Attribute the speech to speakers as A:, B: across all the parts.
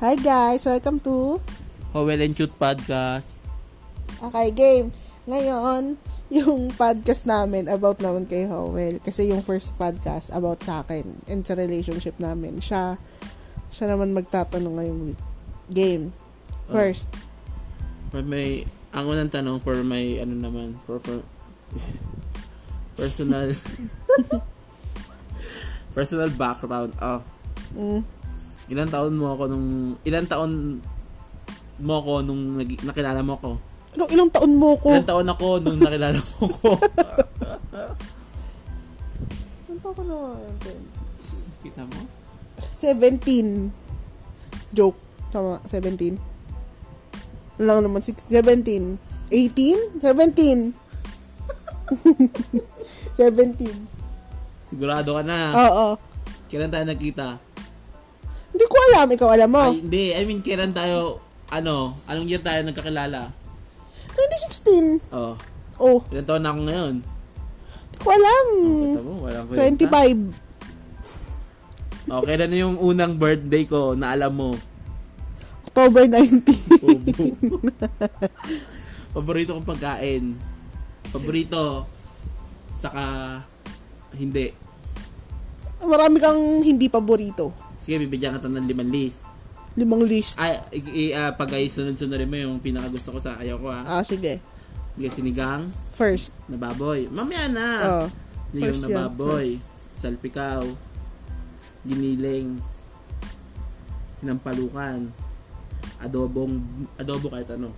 A: Hi guys, welcome to
B: Howell and Shoot Podcast.
A: Okay Game. Ngayon, yung podcast namin about naman kay Howell. Kasi yung first podcast about sa akin and sa relationship namin. Siya, siya naman magtatanong ngayong week. Game. First,
B: For may, ang unang tanong for my, ano naman, for, for personal, personal background. Oh,
A: mm,
B: ilan taon mo ako nung, ilan taon mo ako nung nag, nakilala mo ako?
A: ilang, Ano, ilang taon mo ko?
B: Ilan taon ako nung nakilala mo ako?
A: Ilang taon ko na?
B: Kita mo?
A: 17. Joke. Tama, 17. Wala lang naman, six- 17. 18? 17. 17.
B: Sigurado ka na.
A: Oo.
B: Kailan tayo nagkita?
A: Hindi ko alam. Ikaw alam mo.
B: Ay, hindi. I mean, kailan tayo, ano, anong year tayo nagkakilala?
A: 2016.
B: Oh,
A: Oh,
B: ilan taon na ako ngayon?
A: hindi ko alam.
B: Kita mo, walang kwenta.
A: 25.
B: Oh, kailan na yung unang birthday ko na alam mo?
A: October 19.
B: Bobo. Paborito kong pagkain. Paborito. Saka, hindi.
A: Marami kang hindi paborito.
B: Sige, bibigyan kita ng limang list.
A: Limang list.
B: Ay, i- i- ah, pag ay sunod-sunod mo yung pinakagusto ko sa ayaw ko ha.
A: Ah, sige.
B: Sige, sinigang,
A: First.
B: nababoy. Mamaya na!
A: Oh.
B: Sinigang
A: first yan,
B: nababoy, salpikaw, giniling, sinampalukan, adobong, adobo kahit ano.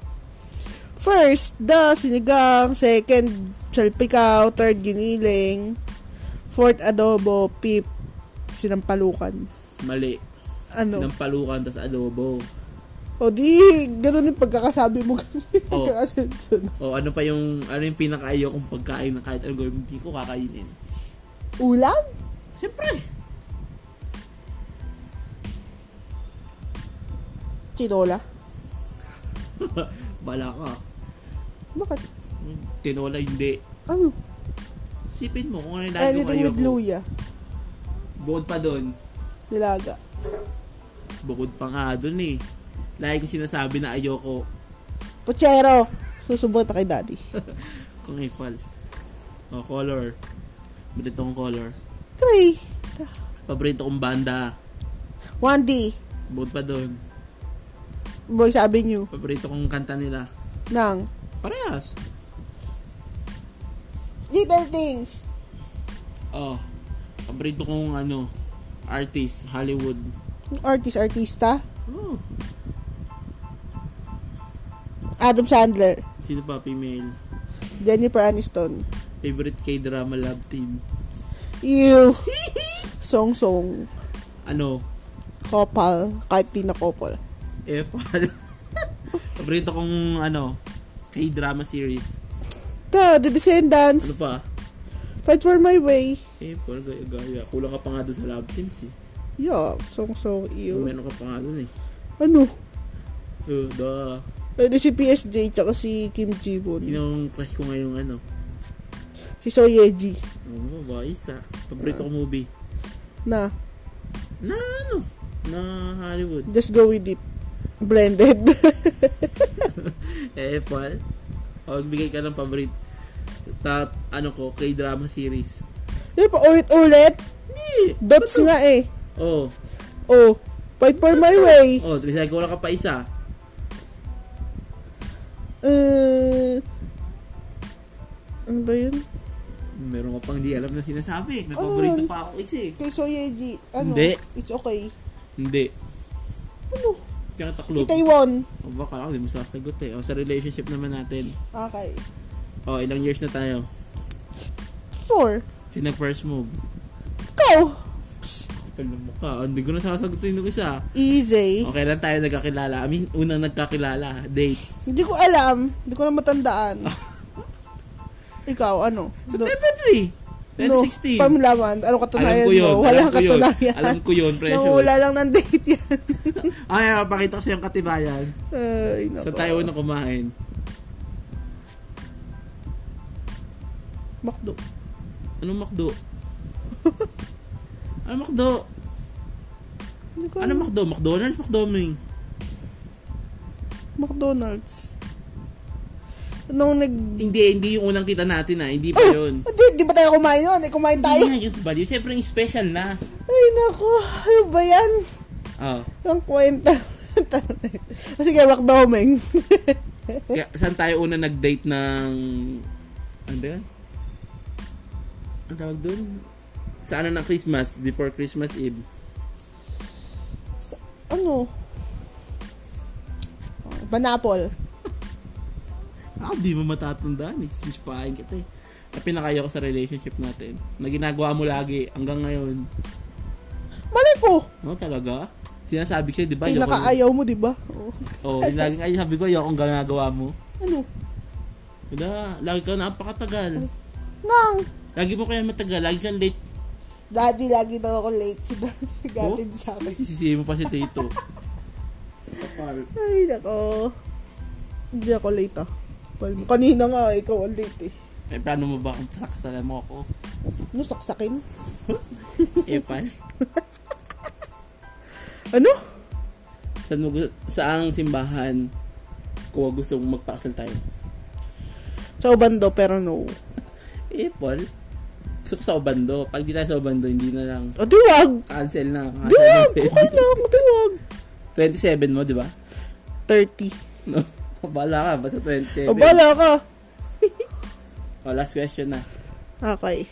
A: First, the sinigang. Second, salpikaw. Third, giniling. Fourth, adobo. Pip, sinampalukan.
B: Mali.
A: Ano?
B: Sinampalukan, tas adobo.
A: O di, ganun yung pagkakasabi mo.
B: Oo.
A: Kakasunod.
B: O ano pa yung, ano yung pinakaayaw kong pagkain na kahit ano gawin, hindi ko kakainin.
A: Ulam?
B: Siyempre!
A: Tinola?
B: Bala ka.
A: Bakit?
B: Tinola hindi.
A: Ano?
B: Sipin mo kung ano yung lagi
A: Anything with luya.
B: Bukod pa doon.
A: Nilaga.
B: Bukod pa nga doon eh. Lagi ko sinasabi na ayoko
A: Puchero! Susubot na kay daddy.
B: kung ipal. O color. Ganito kong color.
A: Three.
B: Paborito kong banda.
A: 1D.
B: Bukod pa doon.
A: Boy, sabi niyo.
B: Paborito kong kanta nila.
A: Nang.
B: Parehas.
A: Little things.
B: Oh. Paborito kong ano, artist, Hollywood.
A: Artist, artista.
B: Oh.
A: Adam Sandler.
B: Sino pa female?
A: Jennifer Aniston.
B: Favorite K-drama love team.
A: Ew. Song-song.
B: Ano?
A: Kopal. Kahit di na kopal.
B: Eh, pal. Paborito kong ano, K-drama series.
A: Ta, The
B: Ano
A: Descendants.
B: pa?
A: Fight for my way.
B: Eh, pal, gaya, gaya. Kulang ka pa nga doon sa love teams eh.
A: Yeah, song-song. Ew.
B: Meron ka pa nga doon eh.
A: Ano?
B: Uh, da.
A: Pwede si PSJ tsaka si Kim Ji-woon.
B: Sino ang crush ko ngayong ano?
A: Si So Yeji.
B: Ano ba? Isa. Paborito kong movie.
A: Na,
B: Na ano? Na Hollywood.
A: just go with it. Blended.
B: Eh, pal. O, bigay ka ng favorite. Top, ano ko, K-drama series.
A: Di pa ulit-ulit.
B: Hindi.
A: Dots nga eh.
B: Oh.
A: Oh, Fight for my way.
B: Oh, Trisay, kulang ka pa isa.
A: Uh, ano ba yun?
B: Meron ka pang di alam na sinasabi. May
A: Ano
B: paborito
A: yun?
B: pa ako isa eh.
A: Kay So Yeji. Ano?
B: Hindi.
A: It's okay.
B: Hindi.
A: Ano?
B: Tinataklob.
A: Taiwan.
B: O baka ako, hindi mo sasagot eh. O sa relationship naman natin.
A: Okay.
B: O ilang years na tayo?
A: Four.
B: Sino first move?
A: Ikaw.
B: Talo mo ka. O, Hindi ko na sasagutin yung isa.
A: Easy.
B: O kailan tayo nagkakilala? I mean, unang nagkakilala. Date.
A: Hindi ko alam. Hindi ko na matandaan. Ikaw, ano?
B: September 3,
A: No,
B: 2016.
A: pamlaman. Ano katunayan
B: alam ko yun.
A: mo? Wala
B: alam ko yun.
A: katunayan.
B: Alam ko yun, precious.
A: Nangula lang ng date yan.
B: Ay, ah, pakita ko sa'yo ang katibayan.
A: Ay, nako.
B: Sa tayo na kumain.
A: Makdo.
B: Anong makdo? Anong makdo?
A: Hindi ko
B: Ano Anong makdo? McDonald's? McDoming?
A: McDonald's. Nung nag...
B: Hindi, hindi yung unang kita natin ah. Hindi pa
A: Ay,
B: yun.
A: Hindi, di ba tayo kumain yun? Eh, kumain tayo.
B: Hindi na yun value. Siyempre, yung special na.
A: Ay, naku. Ano ba yan?
B: Oh.
A: Ang kwenta. Ah, Sige, McDoming.
B: Kaya, saan tayo una nag-date ng... Ano ba yun? Ang tawag doon? Sa ano ng Christmas? Before Christmas Eve.
A: ano? Banapol.
B: Ah, di mo matatandaan eh. Sispahin kita eh. Na pinakayo ko sa relationship natin. Na ginagawa mo lagi hanggang ngayon.
A: Malay ko.
B: Ano talaga? Sinasabi ko siya, di ba? ayoko-
A: Pinakaayaw mo, di ba? Oo.
B: Oo, oh, laging ay sabi ko, ayokong ginagawa mo.
A: Ano?
B: Wala, lagi ka napakatagal.
A: Nang!
B: Lagi mo kaya matagal, lagi kang late.
A: Daddy, lagi daw ako late. Si Daddy, gatin
B: Oh?
A: sa akin.
B: Sisihin mo pa si Tito.
A: Ay, nako. Hindi ako late ah. Pal- Kanina nga, ikaw ang late eh.
B: eh, paano mo ba kung saksalan mo ako?
A: Ano, saksakin?
B: Eh, pan?
A: Ano?
B: Saan mo gusto, saang simbahan kung gusto mong magpakasal tayo?
A: Sa bando, pero no.
B: Eh, Paul, gusto ko sa Obando. Pag di tayo sa Obando, hindi na lang.
A: O, duwag!
B: Cancel na. Cancel na.
A: Duwag! Okay na ako, duwag!
B: 27 mo, di ba?
A: 30.
B: No. Bala ka, basta
A: O,
B: 27.
A: bala ka!
B: O, last question na.
A: Okay.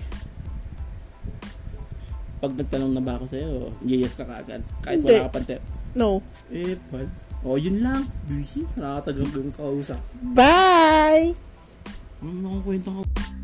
B: Pag nagtanong na ba ako sa'yo, yes ka kaagad. Kahit
A: Hindi.
B: wala ka pante.
A: No.
B: Eh, Paul. O, yun lang. Busy. Nakakatagal ko yung kausap.
A: Bye!
B: Ano naman kwento ko?